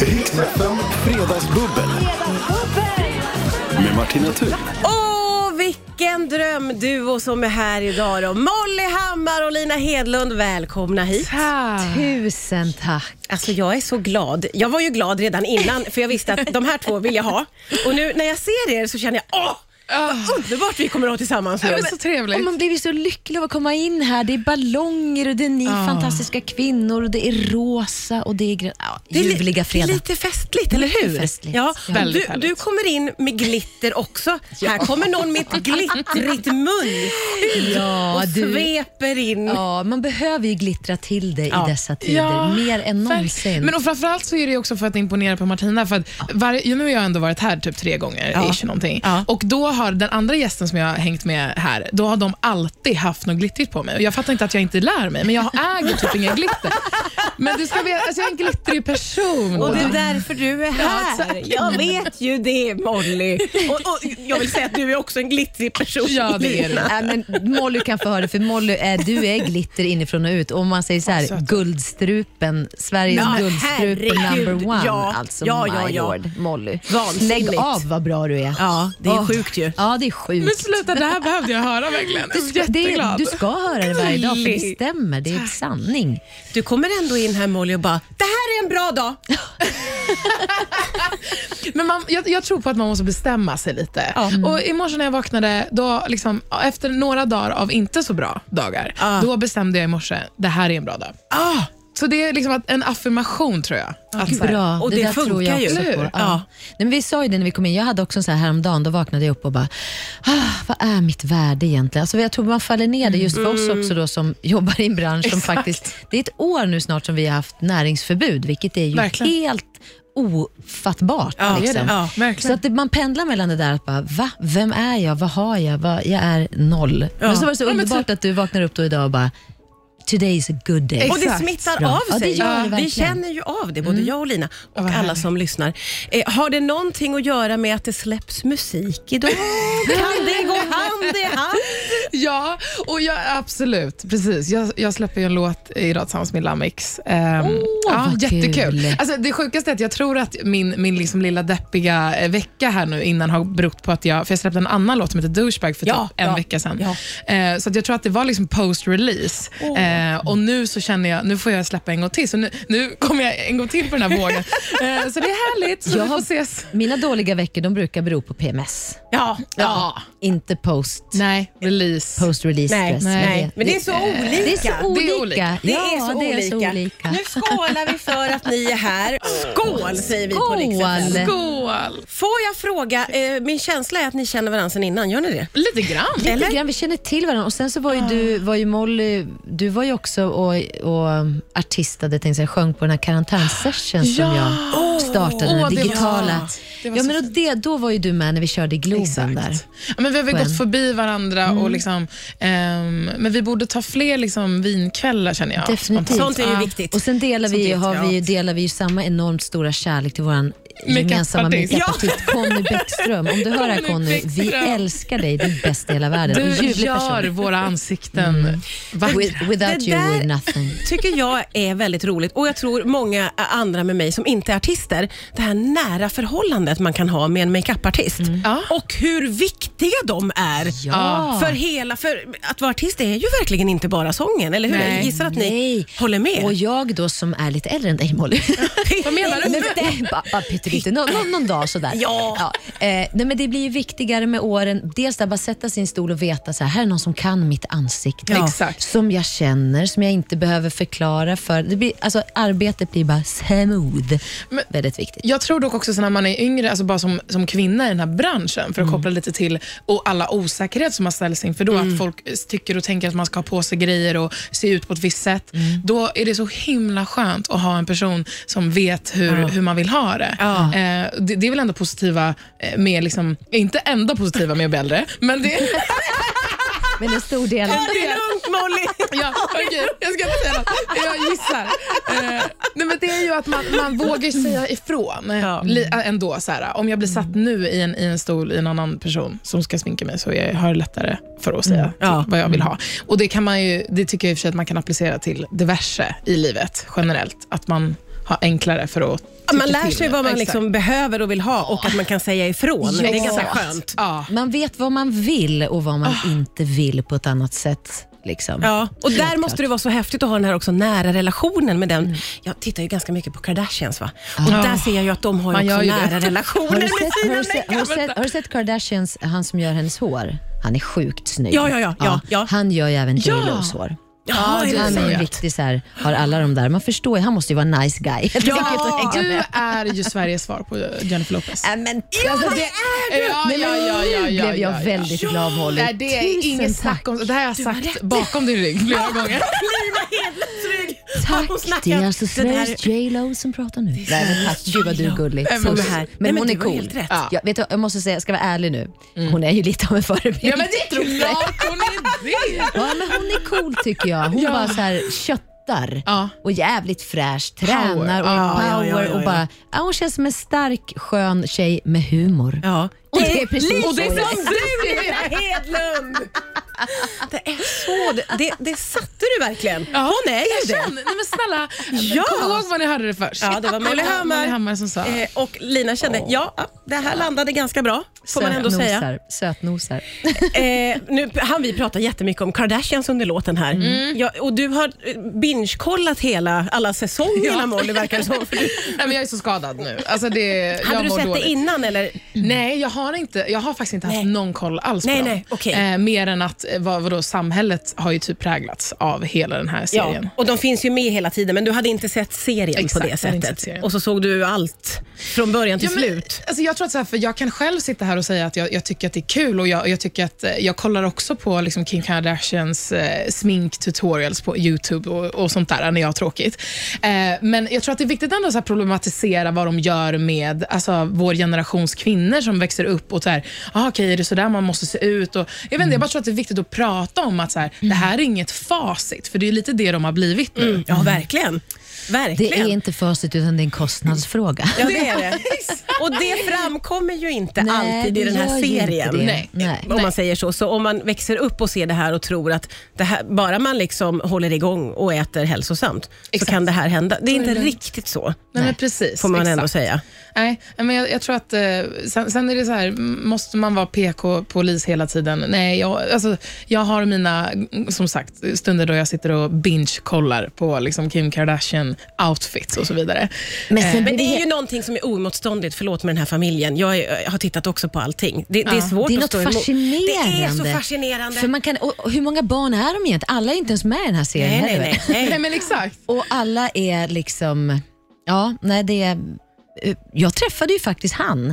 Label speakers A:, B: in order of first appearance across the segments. A: Riksfem Fredagsbubbel med Martina Thun.
B: Åh, vilken drömduo som är här idag då. Molly Hammar och Lina Hedlund, välkomna hit.
C: Tusen tack.
B: Alltså jag är så glad. Jag var ju glad redan innan för jag visste att de här två vill jag ha. Och nu när jag ser er så känner jag, åh! Vad underbart vi kommer att ha tillsammans nu.
D: Så trevligt.
C: Och man blir ju så lycklig av att komma in här. Det är ballonger och det är ni fantastiska kvinnor och det är rosa och det är grönt. Ja,
B: Det är li-
C: ljuvliga fredag.
B: Det är lite festligt, eller
C: Lite
B: hur?
C: festligt.
B: Ja.
C: Ja.
D: Väldigt
B: Du,
D: härligt.
B: du kommer in med glitter också. Här kommer någon med ett glittrigt munskydd
C: Ja,
B: och
C: du-
B: sveper in.
C: Ja, man behöver ju glittra till det
B: Ja.
C: i dessa tider, mer än någonsin.
D: verkligen. Men och framförallt så är det också för att imponera på Martina. För att varje, nu har jag ändå varit här typ tre gånger.
B: Ja.
D: Ish, någonting.
B: Ja.
D: Och då har den andra gästen som jag har hängt med här, då har de alltid haft något glittrigt på mig. Och jag fattar inte att jag inte lär mig, men jag äger typ inga glitter. Men du ska veta, alltså jag är en glittrig person.
B: Och det är därför du är här.
D: tack.
B: Jag vet ju det Molly. Och, och jag vill säga att du är också en glittrig person.
D: Ja, det är
B: Lina.
D: det.
C: Nej, men Molly kan få höra det, för Molly är, du är glitter inifrån och ut. Och om man säger så här, guldstrupen, Sveriges
B: Ja,
C: guldstrupe
B: herregud.
C: number one.
B: Ja,
C: Alltså
B: ja, ja,
C: my
B: ja.
C: lord, Molly.
B: Vansinnigt.
C: Lägg av vad bra du är.
B: Ja, det är
C: Åh.
B: sjukt ju.
C: Ja, det är
D: Men
C: sjukt.
D: sluta, det här behövde jag höra verkligen. Jag
C: Du
D: är
C: ska, det,
D: jätteglad.
C: du ska höra det varje dag, för det
B: Gulligt.
C: stämmer. Det är sanning.
B: Du kommer ändå in här Molly och bara, det här är en bra dag.
D: Men man, jag, jag tror på att man måste bestämma sig lite. Och I morse när jag vaknade, då liksom, efter några dagar av inte så bra dagar,
B: Ah.
D: då bestämde jag i morse, det här är en bra dag.
B: Ah,
D: Så det är liksom att, en affirmation tror jag. Att så här-
C: Bra,
B: Och det
C: där tror
B: funkar
C: jag
B: ju,
C: också
B: eller
C: på.
B: hur?
C: Ja.
B: Ja.
C: Nej, men vi sa ju det när vi kom in, jag hade också en så här häromdagen, då vaknade jag upp och bara, ah, vad är mitt värde egentligen? Alltså, jag tror man faller ner det just för oss också då som jobbar i en bransch som faktiskt, det är ett år nu snart som vi har haft näringsförbud, vilket är ju
D: Verkligen.
C: helt ofattbart.
B: Ja, det är
C: liksom.
B: det.
D: Ja, verkligen.
C: så att det, man pendlar mellan det där att bara, va? Vem är jag? Vad har jag? Vad, jag är noll. Men så var det så
D: Ja, men
C: underbart
D: typ.
C: att du vaknar upp då idag och bara, today is a good day.
B: och det
D: Exakt.
B: smittar
C: Bra. Ja,
B: av
C: det
B: sig.
C: gör det
B: vi
C: verkligen. Mm.
B: känner ju av det, både jag och Lina och
D: vad
B: alla
D: härligt.
B: som lyssnar. Eh, har det någonting att göra med att det släpps musik idag? kan det gå hand i hand?
D: Ja, och jag, absolut. Precis. Jag, jag släpper ju en låt idag tillsammans med Lamix. Um, ja,
C: vad
D: jättekul.
C: kul.
D: Alltså, det sjukaste är att jag tror att min, min liksom lilla deppiga eh, vecka här nu innan har berott på att jag, för jag släppte en annan låt som heter Douchebag för
B: Ja,
D: typ en
B: ja,
D: vecka sedan.
B: ja.
D: Eh, så att jag tror att det var liksom post-release. Eh, och nu så känner jag, nu får jag släppa en gång till. Så nu, nu kommer jag en gång till på den här vågen. eh, så det är härligt. Så
C: Jag
D: vi
C: har-
D: får ses.
C: Mina dåliga veckor de brukar bero på PMS,
B: Ja.
D: Ja.
C: inte post,
D: Nej, release.
C: post release
B: Nej,
C: stress.
B: nej, men det är
C: det,
B: så olika.
C: det är så olika.
D: Det är olika.
B: Det
C: ja,
B: är så
C: det
B: olika.
C: Är så olika.
B: Nu skålar vi för att ni är här. Skål säger vi på
C: Skål.
B: Riksfem.
D: Skål!
B: Får jag fråga, eh, min känsla är att ni känner varandra sedan innan, gör ni det?
D: Lite grann.
B: Eller?
C: Lite grann, vi känner till varandra. Och sen så var ju du, var ju Molly, du var ju också och, och um, artistade, tänkte jag, sjöng på den här karantänsession som
D: Ja.
C: jag startade, den
D: Åh,
C: här
D: det var-
C: digitala.
D: det
C: Ja,
D: var så
C: men och det, då var ju du med när vi körde i Globen liksom där. Mm.
D: Ja, men vi har väl
C: På en.
D: gått förbi varandra, och liksom, ehm, men vi borde ta fler liksom, vinkvällar känner jag.
C: Definitivt.
D: spontant.
B: Sånt är ju
D: Ja.
B: viktigt.
C: Och sen delar vi, ju-
B: Sånt är
C: har vi, ju-
B: jättebra.
C: delar vi ju samma enormt stora kärlek till vår gemensamma
D: Makeupartist.
C: makeupartist Conny Bäckström. Om du hör det här
D: Conny
C: Conny, vi
D: Bäckström.
C: älskar dig, du är bäst i hela världen. och
D: Du
C: ljuvlig
D: gör
C: person. Mm.
D: våra ansikten vackra.
C: With, without
B: Det
C: you
B: där-
C: we're nothing.
B: tycker jag är väldigt roligt och jag tror många andra med mig som inte är artister, det här nära förhållandet man kan ha med en makeupartist
D: Ja.
B: och hur viktiga de är.
C: Mm. Ja.
B: För hela, för att vara artist är ju verkligen inte bara sången, eller hur?
D: Nej.
B: Jag gissar att ni
C: Nej.
B: håller med.
C: Och jag då som är lite äldre än dig Molly.
D: Vad menar du?
C: Nej, men- Bara- bara pyttelite, någon, någon, någon dag sådär.
B: Ja.
C: Eh, nej, men det blir ju viktigare med åren. Dels att bara sätta sin stol och veta så här, här är någon som kan mitt ansikte.
D: Ja. Exakt.
C: Som jag känner, som jag inte behöver förklara för. Det blir, alltså, arbetet blir bara smooth.
D: Men-
C: Väldigt viktigt.
D: Jag tror dock också så när man är yngre, alltså bara som, som kvinna i den här branschen, för att koppla lite till och alla osäkerhet som man ställs inför då, att folk eh, tycker och tänker att man ska ha på sig grejer och se ut på ett visst sätt. Då är det så himla skönt att ha en person som vet hur, hur man vill ha det.
B: Ja.
D: Eh, det. Det är väl ändå positiva eh, med, liksom, inte enda positiva med att bli äldre, men det
C: Men en stor del.
B: Det är lugnt Molly.
D: Ja, okej. Jag ska inte säga något. Jag gissar. Eh, nej, men det är ju att man, man vågar säga ifrån eh, li, ändå. Så här, om jag blir satt nu i en, i en stol i en annan person som ska sminka mig så jag har jag lättare för att säga typ
B: Ja.
D: vad jag vill ha. Och det, kan man ju, det tycker jag i och för sig att man kan applicera till diverse i livet generellt. Att man ha enklare för att
B: Ja, Man
D: tycka
B: lär
D: till
B: sig
D: det.
B: vad man
D: Exakt.
B: liksom behöver och vill ha och att man kan säga ifrån.
C: Ja.
B: Det är ganska
C: Exakt.
B: skönt.
D: Ja.
C: Man vet vad man vill och vad man
D: Ah.
C: inte vill på ett annat sätt. Liksom.
B: Ja, och där måste det vara så häftigt att ha den här också nära relationen med den.
C: Mm.
B: Jag tittar ju ganska mycket på Kardashians va? Och där ser jag ju att de har
D: Man
B: ju
D: gör
B: också
D: ju
B: nära
D: det.
C: Har
B: relationer
C: du,
B: med
C: sett, har,
B: sina
C: du sett, har, du sett, har du sett Kardashians, han som gör hennes hår? Han är sjukt snygg.
B: Ja, ja, ja, ja, ja.
C: Han gör ju även
D: Ja.
C: J.Los hår.
B: Ja, det
C: han är
B: är
C: en
B: det.
C: riktig så här, har alla de där. Man förstår ju, han måste ju vara en nice guy.
D: Ja, du är ju Sveriges svar på Jennifer Lopez.
C: Äh, men, alltså, det,
D: Ja,
C: Nej, men
D: ja, ja, ja,
C: nu
D: ja,
C: blev jag
D: ja, ja.
C: väldigt glad Molly.
D: Nej, det är
C: Tusen
D: inget
C: tack.
D: snack om det. här har jag sagt bakom din rygg flera gånger.
B: Har hon
C: Tack, det
B: snackat?
C: är alltså
B: Den här-
C: Sveriges J Lo som pratar nu. Nej, men tack, gud vad du är gullig.
B: Nej, men
C: Puss.
B: det här- Nej,
C: Men
B: men
C: hon
B: det
C: är
B: var
C: cool.
B: helt rätt.
C: Ja. Jag, vet, jag måste säga, jag ska vara ärlig nu. Hon är ju lite av en förebild.
D: Ja, men det är klart hon är det.
C: Ja, men hon är cool tycker jag. Hon
D: Ja.
C: bara så här köttar
D: Ja.
C: och jävligt fräsch, tränar och
D: Power.
C: är
D: Ja,
B: ja,
C: power
B: ja, ja,
C: och
B: ja.
C: bara, ja, hon känns som en stark, skön tjej med humor.
B: Ja.
C: Och det är precis
B: lite
C: så jag
B: som du
C: är.
B: Lina Hedlund! Det är så, det- det, det satte du verkligen. Hon är ju det.
D: Erkänn. Nej, men snälla,
B: Ja.
D: kom ihåg vad ni hörde det först.
B: Ja, det var Molly Hammar.
D: Molly Hammar som sa.
B: Eh, Och Lina kände, ja, ja, det här landade ganska bra, får man ändå säga.
C: Sötnosar, sötnosar.
B: Eh, nu han vi prata jättemycket om Kardashians under låten här.
D: Mm.
B: Mm. Ja, och du har eh, binge-kollat hela, alla säsongerna
D: Ja.
B: Molly verkar det som. För du,
D: Nej, men jag är så skadad nu. Alltså det, jag
B: hade du
D: mår
B: sett
D: dåligt.
B: det innan eller?
D: Nej, jag har, inte, jag har faktiskt inte haft
B: Nej.
D: någon koll alls på
B: Nej,
D: dem.
B: nej, okej.
D: eh, mer än att eh, vad, vadå, samhället har ju typ präglats av hela den här serien.
B: Ja, och de finns ju med hela tiden men du hade inte sett serien
D: Exakt,
B: på det
D: jag hade inte
B: sättet.
D: sett serien.
B: Och så såg du allt från början till
D: Ja, men,
B: slut.
D: Alltså jag, tror att så här, för jag kan själv sitta här och säga att jag, jag tycker att det är kul och jag, jag tycker att eh, jag kollar också på liksom Kim Kardashians eh, sminktutorials på YouTube och, och sånt där när jag har tråkigt. Eh, men jag tror att det är viktigt ändå att så här problematisera vad de gör med alltså, vår generations kvinnor som växer upp och så här, ah, okej, är det så där man måste se ut? Och, jag, vet inte, jag bara tror att det är viktigt att prata om att så här, det här är inget facit, för det är lite det de har blivit nu.
B: Ja, verkligen. Verkligen.
C: Det är inte facit utan det är en kostnadsfråga.
B: Ja, det är det. Och det framkommer ju inte
C: Nej,
B: alltid i
C: det
B: den här
C: gör ju inte
B: serien.
C: det.
D: Nej.
C: Nej.
B: Om man säger så. Så om man växer upp och ser det här och tror att det här, bara man liksom håller igång och äter hälsosamt så
D: Exakt.
B: kan det här hända. Det är inte
D: är det.
B: riktigt så,
D: Nej, men precis.
B: får man ändå
D: exakt.
B: säga.
D: Nej, men jag, jag tror att eh, sen, sen är det så här, m- måste man vara PK-polis hela tiden? Nej, jag, alltså, jag har mina, mm, som sagt, stunder då jag sitter och binge-kollar på liksom, Kim Kardashian-outfits och så vidare.
C: Men sen
B: Eh, Men det är
C: he-
B: ju någonting som är oemotståndligt, förlåt, med den här familjen. Jag, är, jag har tittat också på allting. Det, det är svårt
C: det är
B: att
C: något
B: stå emot.
C: fascinerande.
B: Det är så fascinerande.
C: För man kan, och, och hur många barn är de egentligen? Alla är inte ens med i den här serien
B: nej,
C: heller.
B: nej, nej.
D: Nej,
B: nej.
D: men exakt.
C: Och alla är liksom... Ja, nej det är... eh, Jag träffade ju faktiskt han,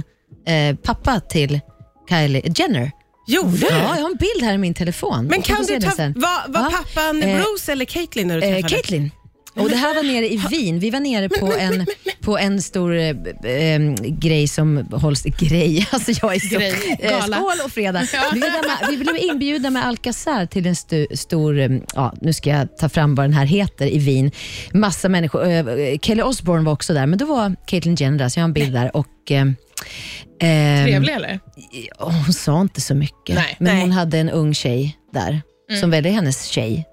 C: eh, pappa till Kylie Jenner.
B: Gjorde du?
C: Ja, jag har en bild här i min telefon.
B: Men
C: Jag får
B: kan
C: se
B: du
C: den
B: ta...
C: sen.
B: Var, var
C: Ja,
B: pappan
C: eh,
B: Bruce eller Caitlyn när du
C: Eh,
B: träffade?
C: Caitlyn. Och det här var nere i Wien. Vi var nere på, en, på en stor eh, eh, grej som hålls... Grej? Alltså jag är så...
D: Grej.
C: Eh,
D: Gala.
C: skål och fredag. Vi, var med, vi blev inbjudna med Alcazar till en stu, stor, eh, ja, nu ska jag ta fram vad den här heter, i Wien. Massa människor. Eh, Kelly Osbourne var också där, men då var Caitlyn Jenner där, så jag har en bild där. Och, eh, ehm,
D: Trevlig eller?
C: och hon sa inte så
D: Nej.
C: mycket,
D: Mm.
C: men
B: Nej.
C: hon hade en ung tjej där, som välde hennes tjej.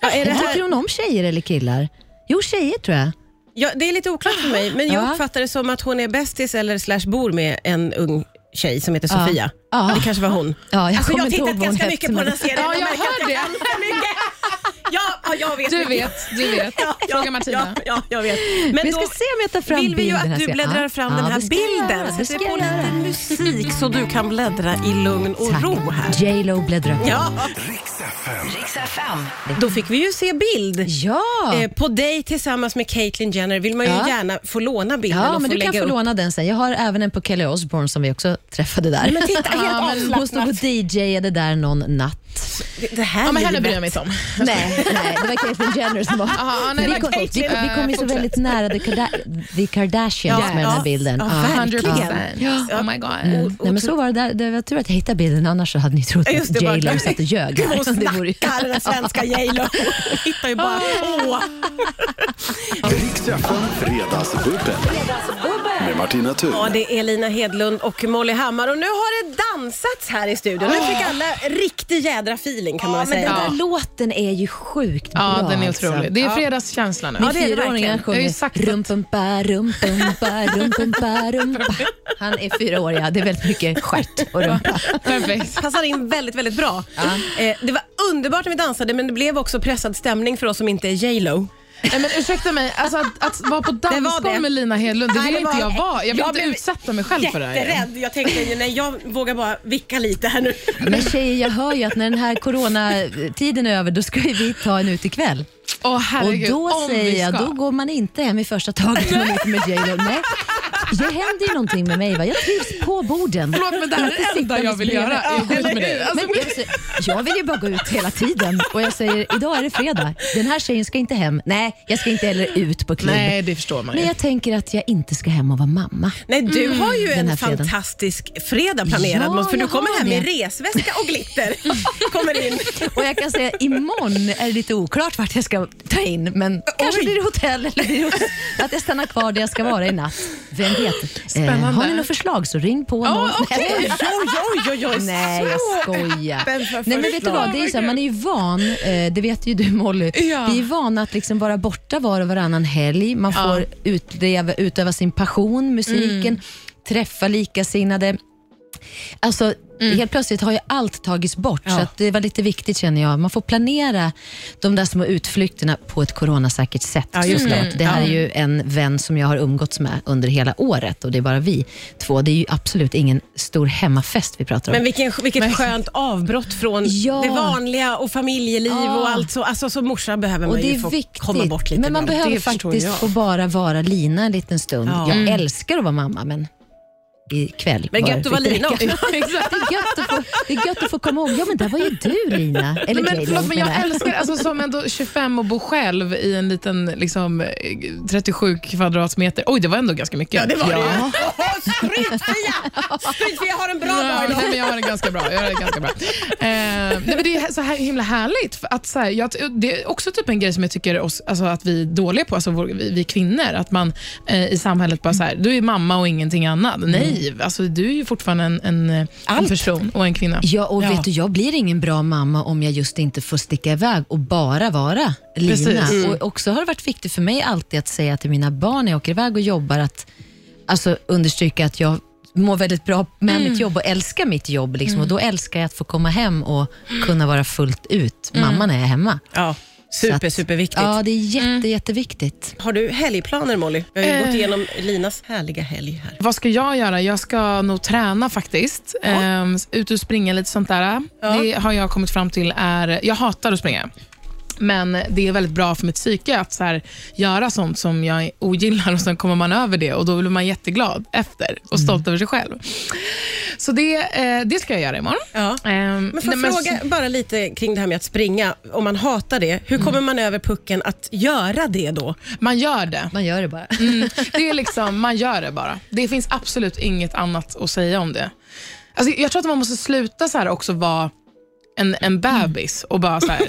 B: Ja, är det
C: Men
B: här...
C: Tycker hon om tjejer eller killar? Jo, tjejer tror jag.
B: Ja, det är lite oklart för mig, men jag
C: Ja.
B: uppfattar det som att hon är bästis eller slash bor med en ung tjej som heter
C: Ja.
B: Sofia.
C: Ja.
B: Det kanske var hon.
C: Ja,
B: alltså,
C: jag
B: jag
C: kommer
B: har
C: inte ihåg
B: tittat
C: vad hon
B: ganska
C: hette,
B: mycket på
C: men-
B: den här serien.
D: Ja, jag
B: märker att
D: hör det.
B: kan för mycket. Ja, ja, jag vet.
D: Du
B: mycket.
D: vet, du vet.
B: Ja, ja,
D: Fråga Martina.
B: Ja, ja, jag vet.
C: Men vi ska
B: då
C: se om jag tar fram
B: vill vi ju
C: bilden
B: att
C: här
B: du
C: sen.
B: bläddrar
C: Ja.
B: fram
C: Ja,
B: den här
C: det ska jag göra.
B: bilden. Sätter
C: Det ska
B: på
C: jag göra.
B: lite musik så du kan bläddra i lugn och ro här.
C: Tack. J.Lo bläddrar på.
B: Ja,
A: Riks FM.
B: då fick vi ju se bild.
C: Ja.
B: Eh, på dig tillsammans med Caitlyn Jenner vill man ju
C: Ja.
B: gärna få låna bilden
C: Ja,
B: och
C: men
B: få
C: du
B: lägga
C: kan få
B: upp
C: låna den sen. Jag har även en på Kelly Osbourne som vi också träffade där.
B: Men titta, helt
C: Ja, men Hon stod
B: avslappnat.
C: och DJade där någon natt.
B: Det, det här
D: Ja, men henne
B: livet.
D: bryr jag mig inte om.
C: Nej, nej det var Caitlyn Jenner som var...
D: Aha, nej, eh,
C: Men vi,
D: det
C: kom,
D: var
C: vi,
D: Caitlyn.
C: vi kom ju så
D: Fortsätt.
C: väldigt nära the, Karda- the Kardashians
B: Ja,
C: med den
B: ja.
C: här bilden.
B: Ja,
C: Ja.
B: verkligen.
D: 100%. Oh my god.
C: Nej, men så var det. Där. Det var tur att jag hittade bilden, annars så hade ni trott
B: Ja, Just det,
C: att
B: bara,
C: J.Lo satt och ljög.
B: Gud, Hon
C: Det vore ju-
B: snackar den svenska J.Lo. hittar ju bara på.
A: Riks FM Fredagsbubbel. Med Martina Thun.
B: Ja, det är Lina Hedlund och Molly Hammar och nu har det dansats här i studion. Nu fick alla riktig jädra feeling kan man
C: Ja,
B: väl
C: men den
B: säga.
C: där låten är ju sjukt
D: Ja,
C: bra.
D: den är
C: alltså.
D: otrolig. Det är fredagskänsla nu.
C: Min
B: Ja, det är det verkligen.
C: fyraåring
D: Jag har ju
C: sjunger
D: sagt
C: rumpumpa, rumpumpa, rumpumpa, rumpa. Han är fyra år, ja. Det är väldigt mycket stjärt och rumpa.
D: Perfekt.
B: Passar in väldigt, väldigt bra. Eh, det var underbart när vi dansade men det blev också pressad stämning för oss som inte är J.Lo.
D: Nej, men ursäkta mig, alltså att, att vara på
B: var det.
D: dansgolv med Lina Hedlund, det
B: Nej,
D: vill
B: det
D: inte
B: var-
D: jag vara. Jag vill
B: Jag
D: inte
B: blev
D: utsätta mig själv för det här.
B: Jätterädd. Jag tänkte ju, nej jag vågar bara vicka lite här nu.
C: Men tjejer, jag hör ju att när den här coronatiden är över, då ska ju vi ta en utekväll.
D: Åh
C: Och
D: herregud,
C: då
D: om vi
C: säger jag,
D: ska.
C: då går man inte hem i första taget när man åker med J.Lo. Nej. Det händer ju någonting med mig. Va? Jag trivs på borden.
D: Förlåt, men det här är
C: Inte
D: det
C: sitta
D: enda jag vill
C: bredvid.
D: göra. Jag går ut med dig. Alltså,
C: Men jag, säger, jag vill ju bara gå ut hela tiden och jag säger idag är det fredag. Den här tjejen ska inte hem. Nej, jag ska inte heller ut på klubb.
D: Nej, det förstår man ju.
C: Men jag tänker att jag inte ska hem och vara mamma.
B: Nej, du har ju
C: Mm. Den
B: en
C: här fredagen.
B: fantastisk fredag planerad.
C: Ja,
B: för du
C: jag
B: kommer
C: har
B: hem med
C: det.
B: resväska och glitter. kommer in.
C: Och jag kan säga imorgon är det lite oklart vart jag ska ta in, men kanske blir det hotell eller blir det hos- att jag stannar kvar där jag ska vara i natt. Vem vet? Eh,
D: Spännande.
C: har ni något förslag så ring på
D: Ja,
C: någon.
D: okej.
C: Nej,
B: Oj, oj, oj.
C: Nej, jag skojar.
B: öppen för
C: Nej, men vet du
B: förslag.
C: vad? Det är ju så här, man är ju van, eh, det vet ju du Molly,
D: Ja.
C: vi är vana att liksom vara borta var och varannan helg. Man får utleva, utöva sin passion, musiken, träffa likasinnade. Alltså, Helt plötsligt har ju allt tagits bort, så att det var lite viktigt känner jag. Man får planera de där små utflykterna på ett coronasäkert sätt. såklart. Det här är ju en vän som jag har umgåtts med under hela året och det är bara vi två. Det är ju absolut ingen stor hemmafest vi pratar om.
B: Men vilken, vilket
D: Men-
B: skönt avbrott från
C: Ja.
B: det vanliga och familjeliv
C: Ja.
B: och allt så. Alltså som morsa behöver man
C: Och det
B: ju
C: är
B: få
C: viktigt.
B: komma bort lite
C: men man
B: ibland.
C: behöver
D: Det förstår
C: faktiskt
D: jag.
C: få bara vara Lina en liten stund.
B: Ja.
C: Jag älskar att vara mamma, men ikväll
B: Mm. Men
C: var
B: gött att vara
C: riktigt-
B: Lina också.
C: Det är, gött att få, det är gött att få komma ihåg. Ja, men där var ju du Lina. Eller
D: Men,
C: J.Lo,
D: förlåt, men
C: menar
D: jag älskar alltså, som ändå 25 och bo själv i en liten liksom, eh, 37 kvadratmeter. Oj, det var ändå ganska mycket. Ja, det var
B: Ja. Åh, Skrytfia! Skrytfia har en bra dag
D: nej,
B: idag.
D: men jag har det ganska bra. Jag har det, ganska bra. Eh, nej, men det är så här himla härligt. för Att så här, jag, det är också typ en grej som jag tycker oss, alltså att vi är dåliga på, alltså vår, vi, vi kvinnor. Att man eh, i samhället bara så här, du är mamma och ingenting annat. Nej, alltså, du är ju fortfarande en, en, eh, en person och en kvinna.
C: Ja, och
D: Ja.
C: vet du, jag blir ingen bra mamma om jag just inte får sticka iväg och bara vara Lina.
D: Precis. Mm.
C: Och också har det varit viktigt för mig alltid att säga till mina barn när jag åker iväg och jobbar, att alltså, understryka att jag mår väldigt bra med
D: Mm.
C: mitt jobb och älskar mitt jobb. Liksom. Och Då älskar jag att få komma hem och kunna vara fullt ut
D: Mm.
C: mamma när jag är hemma.
B: Ja,
C: Så
B: super,
C: att-
B: superviktigt.
C: Ja, det är jätte,
D: Mm.
C: jätteviktigt.
B: Har du helgplaner Molly? Vi
C: Eh.
B: har ju gått igenom Linas härliga helg här.
D: Vad ska jag göra? Jag ska nog träna faktiskt. Ehm, ut och springa lite sånt där. Det har jag kommit fram till är... Jag hatar att springa. Men det är väldigt bra för mitt psyke att så här, göra sånt som jag ogillar och sen kommer man över det och då blir man jätteglad efter och
B: Mm.
D: stolt över sig själv. Så det, eh, det ska jag göra imorgon.
B: Ja.
D: Ehm,
B: Men får
D: nej,
B: jag fråga bara lite kring det här med att springa. Om man hatar det,
C: Mm.
B: hur kommer man över pucken att göra det då?
D: man gör det.
C: Man gör det bara.
D: Mm, det är liksom, man gör det bara. Det finns absolut inget annat att säga om det. Alltså, jag tror att man måste sluta så här också vara en, en bebis och bara så här,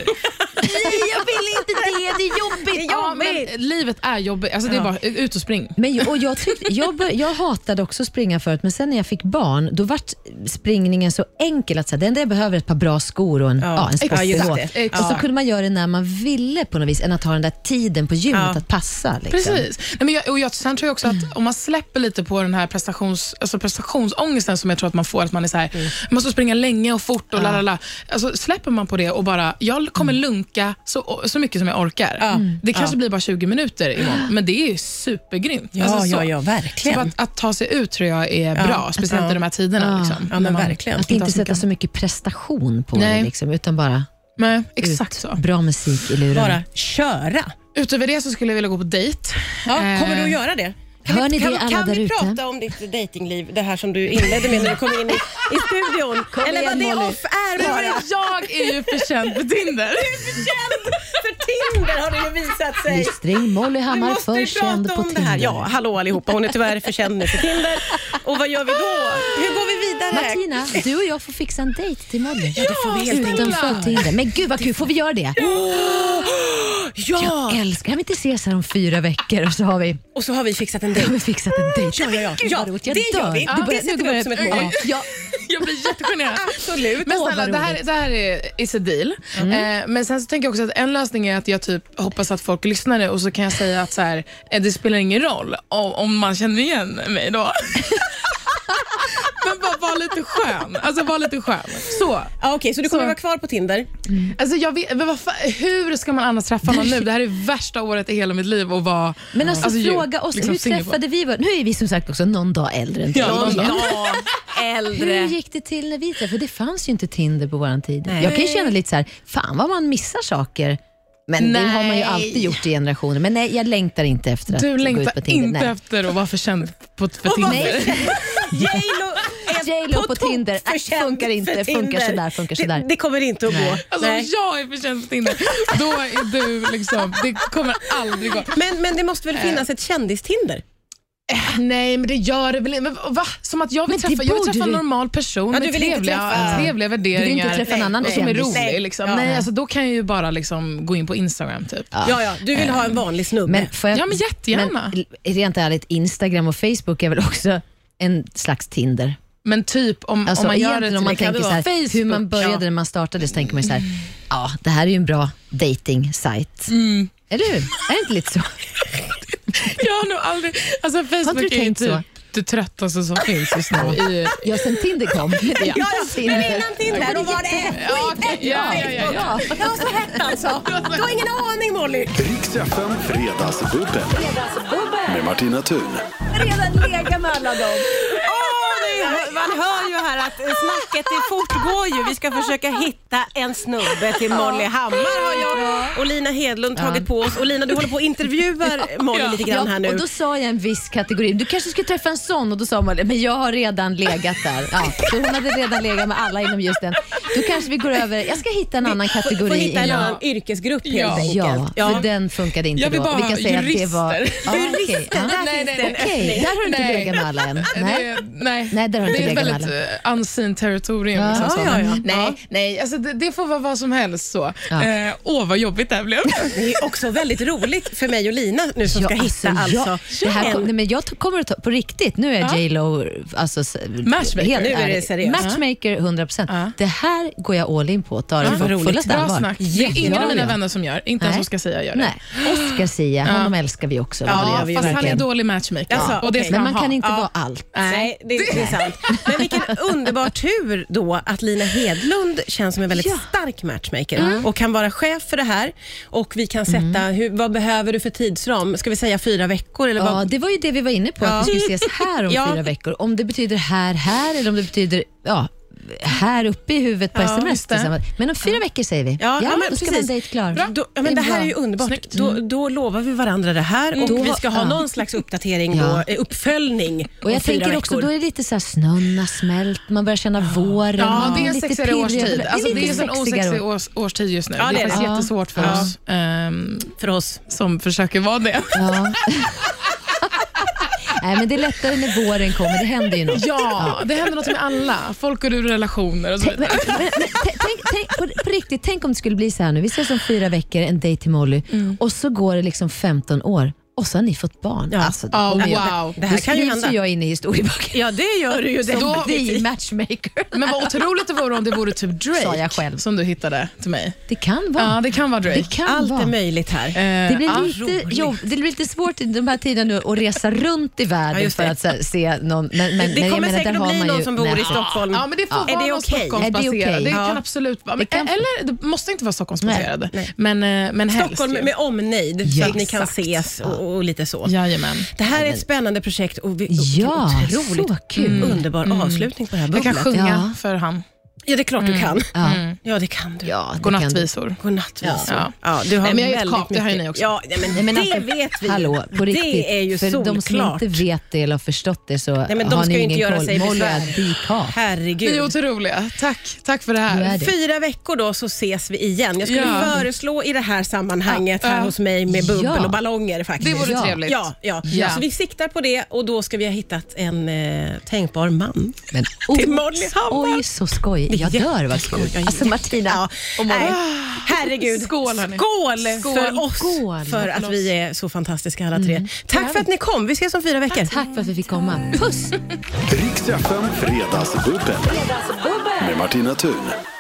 C: jag vill inte det, det är jobbigt.
D: ja, men livet är jobbigt. Alltså, det är bara ut och spring.
C: Men, jag- och jag, tyckte, jag, bör, jag hatade också springa förut, men sen när jag fick barn, då vart springningen så enkel. att så här, Det enda jag behöver är ett par bra skor och en, ja, en
D: exakt.
C: sportbh.
D: Exakt.
C: Och så kunde man göra det när man ville på något vis, än att ha den där tiden på gymmet att passa. Liksom.
D: Precis. Nej, men jag, och jag, sen tror jag också att om man släpper lite på den här prestations, alltså prestationsångesten som jag tror att man får, att man är så här,
B: Mm.
D: man måste springa länge och fort och la la la. Alltså Släpper man på det och bara, jag kommer
B: Mm.
D: lunka så, så mycket som jag orkar. Mm. Det kanske blir bara 20 minuter imorgon, men det är ju supergrymt. Ja,
B: ja, alltså, ja, verkligen.
D: Så att, att ta sig ut tror jag är bra, speciellt i de här tiderna. Liksom,
B: Ja, men
D: När man-
B: verkligen.
C: Att inte
D: Inte
C: sätta
D: ha så
C: så mycket prestation på
D: Nej.
C: det, liksom, utan bara
D: Men, exakt så.
C: bra musik i luren.
B: Bara köra.
D: Utöver det så skulle jag vilja gå på dejt.
B: Ja, kommer
D: Eh.
B: du att göra det?
C: Hör
B: vi,
C: ni
B: kan,
C: det, alla
B: kan
C: där
B: vi
C: ute?
B: prata om ditt datingliv, det här som du inledde med när du kom in i, i studion? Eller vad
C: igen,
B: det
C: Molly.
B: off är
D: Nej,
B: bara.
D: men jag är ju för känd för Tinder.
B: Känd för Tinder har det ju visat sig.
C: Lystring, Molly
B: Vi
C: Hammar,
B: måste
C: för
B: ju
C: känd
B: prata
C: på
B: om det
C: Tinder.
B: här. Ja, hallå allihopa. Hon är tyvärr för känd nu för Tinder. Och vad gör vi då? Hur går vi vidare?
C: Martina, du och jag får fixa en dejt till Molly. Ja,
B: det får vi helt
C: Utanför Tinder. Men gud vad kul, får vi göra det?
B: Ja!
C: Jag älskar, kan vi inte ses här om fyra veckor och så har vi,
B: Och så har vi fixat en
C: har
B: dejt.
C: vi fixat en dejt.
B: Ja, ja, ja.
C: Gud, vad roligt. Jag
B: Det gör
C: dör.
B: vi.
C: Du
B: Det
C: börjar-
B: sätter
C: nu
B: vi
C: börjar-
B: upp som ett mål.
C: Ja, ja.
D: Jag blir jättegenerad.
B: Absolut.
D: Men
C: Åh,
D: snälla,
C: vad
D: det här,
C: roligt.
D: det här är is a deal. Eh, men sen så tänker jag också att en lösning är att jag typ hoppas att folk lyssnar nu och så kan jag säga att så här, eh, det spelar ingen roll om, om man känner igen mig då. men bara var lite skön. Alltså var lite skön. Så.
B: Ja, Okej, så du kommer
D: Så.
B: vara kvar på Tinder?
D: Alltså jag vet, men vad fa- hur ska man annars träffa någon nu? Det här är värsta året i hela mitt liv att vara liksom
C: Men alltså,
D: ju,
C: fråga oss, hur
D: singel på.
C: träffade vi vår... Nu är vi som sagt också någon dag äldre än
D: Ja, någon
C: dig.
D: dag.
C: Hur
B: äldre.
C: gick det till när vi träffades? För det fanns ju inte Tinder på vår tid. Jag kan ju känna lite så här, fan vad man missar saker. Men det har man ju
D: Nej.
C: alltid gjort i generationer. Men nej, jag längtar inte efter att
D: Du
C: gå
D: längtar
C: ut på Tinder.
D: inte
C: nej.
D: efter att vara för känd på, för
B: Och vad-
D: Tinder.
B: J-Lo är
C: J.Lo på
B: tok
C: Tinder.
B: för
C: Äh,
B: känd
C: funkar inte,
B: för
C: funkar
B: Tinder.
C: sådär, funkar
B: Det-
C: sådär.
B: Det kommer inte att gå.
D: Alltså om
B: Nej.
D: jag är för känd på Tinder, då är du liksom, det kommer aldrig gå.
B: Men, men det måste väl finnas ett kändis-Tinder?
D: Nej, men det gör det väl inte. Men Va? Som att jag vill
C: Men det
D: träffa, jag vill
C: borde
D: träffa en
C: du-
D: normal person
B: Ja, du
D: med
B: vill inte
D: trevliga,
B: träffa-
D: trevliga
C: Du vill
D: värderingar.
C: inte träffa en
B: Nej,
C: annan
B: nej.
D: som är
C: kändis.
D: rolig.
B: Nej.
D: Liksom.
B: Ja.
D: Nej, alltså, då kan jag ju bara liksom gå in på Instagram. Typ. Ja.
B: Ja, ja, du vill ha en vanlig snubbe.
C: Äh. Men får jag,
D: Ja, men jättegärna.
C: Men rent ärligt, Instagram och Facebook är väl också en slags Tinder?
D: Men typ om,
C: Alltså,
D: om man gör det
C: egentligen
D: till
C: om man
D: det kan
C: tänker
D: det
C: så
D: vara
C: här,
D: Facebook.
C: hur man började när man startade så tänker man ju så här, ja det här är ju en bra dating-sajt. Eller hur? Är det inte lite så?
D: Ja. Jag har nog aldrig... Alltså
C: Har inte du
D: Facebook är ju
C: tänkt
D: typ
C: så?
D: det tröttaste som finns just nu. I,
C: Ja, sen Tinder kom. ja,
B: Ja, ja, men innan Tinder, då var det
D: ja, okej. ja, ja, ja, ja.
B: Det var så hett alltså. Du har ingen aning Molly.
A: Riks FM Fredagsbubbel. Med Martina Thun.
B: Man- Man hör ju här att eh, snacket det fortgår ju. Vi ska försöka hitta en snubbe till Molly Hammar har jag och Lina Hedlund tagit på oss. Och Lina du håller på och intervjuar Molly lite grann här
C: och
B: nu.
C: då sa jag en viss kategori. Du kanske skulle träffa en sån och då sa man men jag har redan legat där. Ja, så hon hade redan legat med alla inom just den. Då kanske vi går över, jag ska hitta en annan
B: Får
C: kategori.
B: hitta en
C: innan-
B: annan yrkesgrupp helt
D: Ja.
B: enkelt.
C: Ja,
B: Ja.
C: för den funkade inte
D: Jag vill
C: då.
D: bara
C: vi kan
D: ha
C: säga att det var...
D: jurister.
C: Ja, okej.
B: Jurister,
C: Ja.
B: där
D: Nej,
B: finns det
D: nej.
B: en
C: Okej,
B: öppning.
C: där har du inte
D: Nej.
C: legat med alla än.
D: Nej.
C: Nej.
D: Det, nej.
C: Nej, där har du
D: det
C: inte
D: är ett
C: legat med
D: väldigt
C: alla.
D: eh, unseen territorium.
C: Ja.
D: Liksom,
B: Ja,
D: sådana.
B: ja, ja.
D: Nej, nej alltså, det, det får vara vad som helst. så.
C: Ja.
D: Eh, åh, vad jobbigt det här blev.
B: Det är också väldigt roligt för mig och Lina nu som
C: Ja,
B: ska hitta
C: alltså,
B: alltså,
C: jag, det här kom,
B: en...
C: nej, men jag t- kommer att ta, på riktigt, nu är
D: Ja.
C: J.Lo alltså, s-
D: Matchmaker,
C: helt
B: nu är det
C: ärlig.
B: seriöst.
C: Matchmaker 100%.
D: Ja.
C: Det här går jag all in på, tar
D: Ja.
C: det på fullaste
D: Bra
C: allvar.
D: snack. Det är ingen
C: Ja,
D: av mina
C: ja.
D: vänner som gör. Inte ens
C: Nej.
D: Oscar Sia gör det.
C: Nej. Oscar Sia, honom älskar vi också. vad det
D: Ja,
C: gör vi
D: fast han är
C: verkligen.
D: dålig matchmaker.
B: Alltså,
D: och det
B: okej.
D: ska
C: Men
D: han
C: man kan
D: ha.
C: inte
B: Ja.
C: vara allt.
B: Nej, det, det är sant. Men vilken underbar tur då att Lina Hedlund känns som en väldigt
C: Ja. Mm.
B: stark matchmaker och kan vara chef för det här. Och vi kan sätta, hur, vad behöver du för tidsram? Ska vi säga fyra veckor? Eller
C: Ja,
B: vad?
C: det var ju det vi var inne på,
B: Ja.
C: att vi skulle ses här om
B: Ja.
C: fyra veckor. Om det betyder här, här eller om det betyder ja, här uppe i huvudet på
D: Ja,
C: sms.
D: just det.
C: tillsammans. Men om fyra veckor säger vi.
B: Ja, ja, men
C: då ska
B: precis.
C: vara en dejt klar.
B: Bra. Då, ja, men det
C: Det är
B: här
C: bra.
B: är ju underbart.
D: Snyggt.
B: Då, då lovar vi varandra det här och
C: Då-
B: vi ska ha
C: ja.
B: någon slags uppdatering,
C: Ja.
B: då, eh, uppföljning
C: Och
B: om
C: jag
B: fyra
C: tänker också,
B: veckor.
C: då är det lite så här snön har smält, man börjar känna våren.
D: Ja,
C: man
D: det är en
C: lite
D: sexigare
C: pirrig
D: årstid.
C: över-
D: Alltså,
C: lite
D: det är en sån
C: sexigare
D: osexig
C: år.
D: års, årstid just nu.
B: Ja,
D: det
B: det
D: är
B: är
D: faktiskt
C: det.
D: jättesvårt för oss ehm,
B: för oss.
D: som försöker vara det.
C: Ja. Nej, men det är lättare när våren kommer, det händer ju något.
D: Ja, det händer något med alla. Folk går ur relationer och så
C: Tänk- Men,
D: vidare.
C: men, men, tänk, tänk, på, på riktigt, tänk om det skulle bli så här nu. Vi ses om fyra veckor, en dejt till Molly
B: Mm.
C: och så går det liksom 15 år och så har ni fått barn.
B: Ja.
C: Alltså,
D: Ja,
C: kom igen.
D: wow.
B: Det här
C: Då
B: kan ju
C: skrivs
B: hända.
C: jag in i historieboken.
B: Ja, det gör du ju. Det.
D: Då-
C: Vi matchmaker.
D: Men vad otroligt det vore om det vore typ Drake
C: Sa jag själv.
D: som du hittade till mig.
C: Det kan vara.
D: Ja, det kan vara Drake.
C: Det kan
B: Allt
C: vara.
B: är möjligt här.
D: Eh,
C: Det blir,
D: ja.
C: lite jobb, det blir lite svårt i de här tiderna nu att resa runt i världen
B: Ja, just
C: för
B: det.
C: att så här, se någon. Men, men, men
B: det
C: jag
B: kommer
C: menar,
B: säkert
C: där
B: att
C: har
B: bli
C: man
B: någon
C: ju
B: som bor i
C: nätet.
B: Stockholm.
D: Ah. Ja, men det får
B: Är
D: vara
B: det
D: någon
B: okej?
D: Stockholmsbaserad.
C: Är det okej?
D: Det
C: Ja.
D: kan absolut vara. Men,
C: kan-
D: Eller det måste inte vara Stockholmsbaserad.
B: Nej.
D: Men, eh, men helst
B: Stockholm
D: ju.
B: med omnejd, så
C: Ja.
B: att ni kan
D: Exakt.
B: ses och, och lite så.
D: Jajamän.
B: Det här är ett spännande projekt och vi, och
C: Ja,
B: det är otroligt Mm.
C: så kul. Mm.
B: underbar avslutning på det här
D: Jag kan
B: bubblet.
D: sjunga
C: Ja.
D: för han.
B: Ja, det är klart du kan.
C: Mm. Ja.
B: Ja, det kan du.
C: Ja, det kan du.
D: Godnattvisor.
B: Godnattvisor.
D: Ja.
B: Ja. du har
D: Nej, men jag är ett
B: väldigt
D: kap, det har ju ni också.
B: Ja, nej, men,
C: Nej, men
B: det
C: alltså,
B: vet vi.
C: Hallå, på riktigt.
B: Det är ju
C: för de som
B: solklart.
C: inte vet det eller har förstått det så
B: men de ska
C: har ni
B: ju
C: ingen
B: inte göra
C: koll.
B: sig
C: Molly
B: besvär.
C: är dikap.
D: Ni är
B: Herregud.
D: otroliga. Tack, tack för det
C: Du
D: här.
C: är det.
B: Fyra veckor då så ses vi igen. Jag skulle
D: Ja.
B: föreslå i det här sammanhanget
D: Ja.
B: här hos mig med bubbel
C: Ja.
B: och ballonger faktiskt.
D: Det vore
C: Ja.
D: trevligt.
B: Ja, ja.
D: Ja.
B: så vi siktar på det och då ska vi ha hittat en eh, tänkbar man.
C: Men,
B: Till Molly Hammar.
C: Oj, så skoj. skoj. Jag dör vad kul. Alltså Martina.
B: Och Nej, herregud.
D: Skål, hörni.
B: Skål,
D: Skål.
B: för oss.
C: Skål. Mm.
B: För att vi är så fantastiska alla tre. Tack för att ni kom. Vi ses om fyra veckor.
C: Tack för att vi fick komma. Puss!
A: Riks-FM Fredagsbubbel. Med Martina Thun.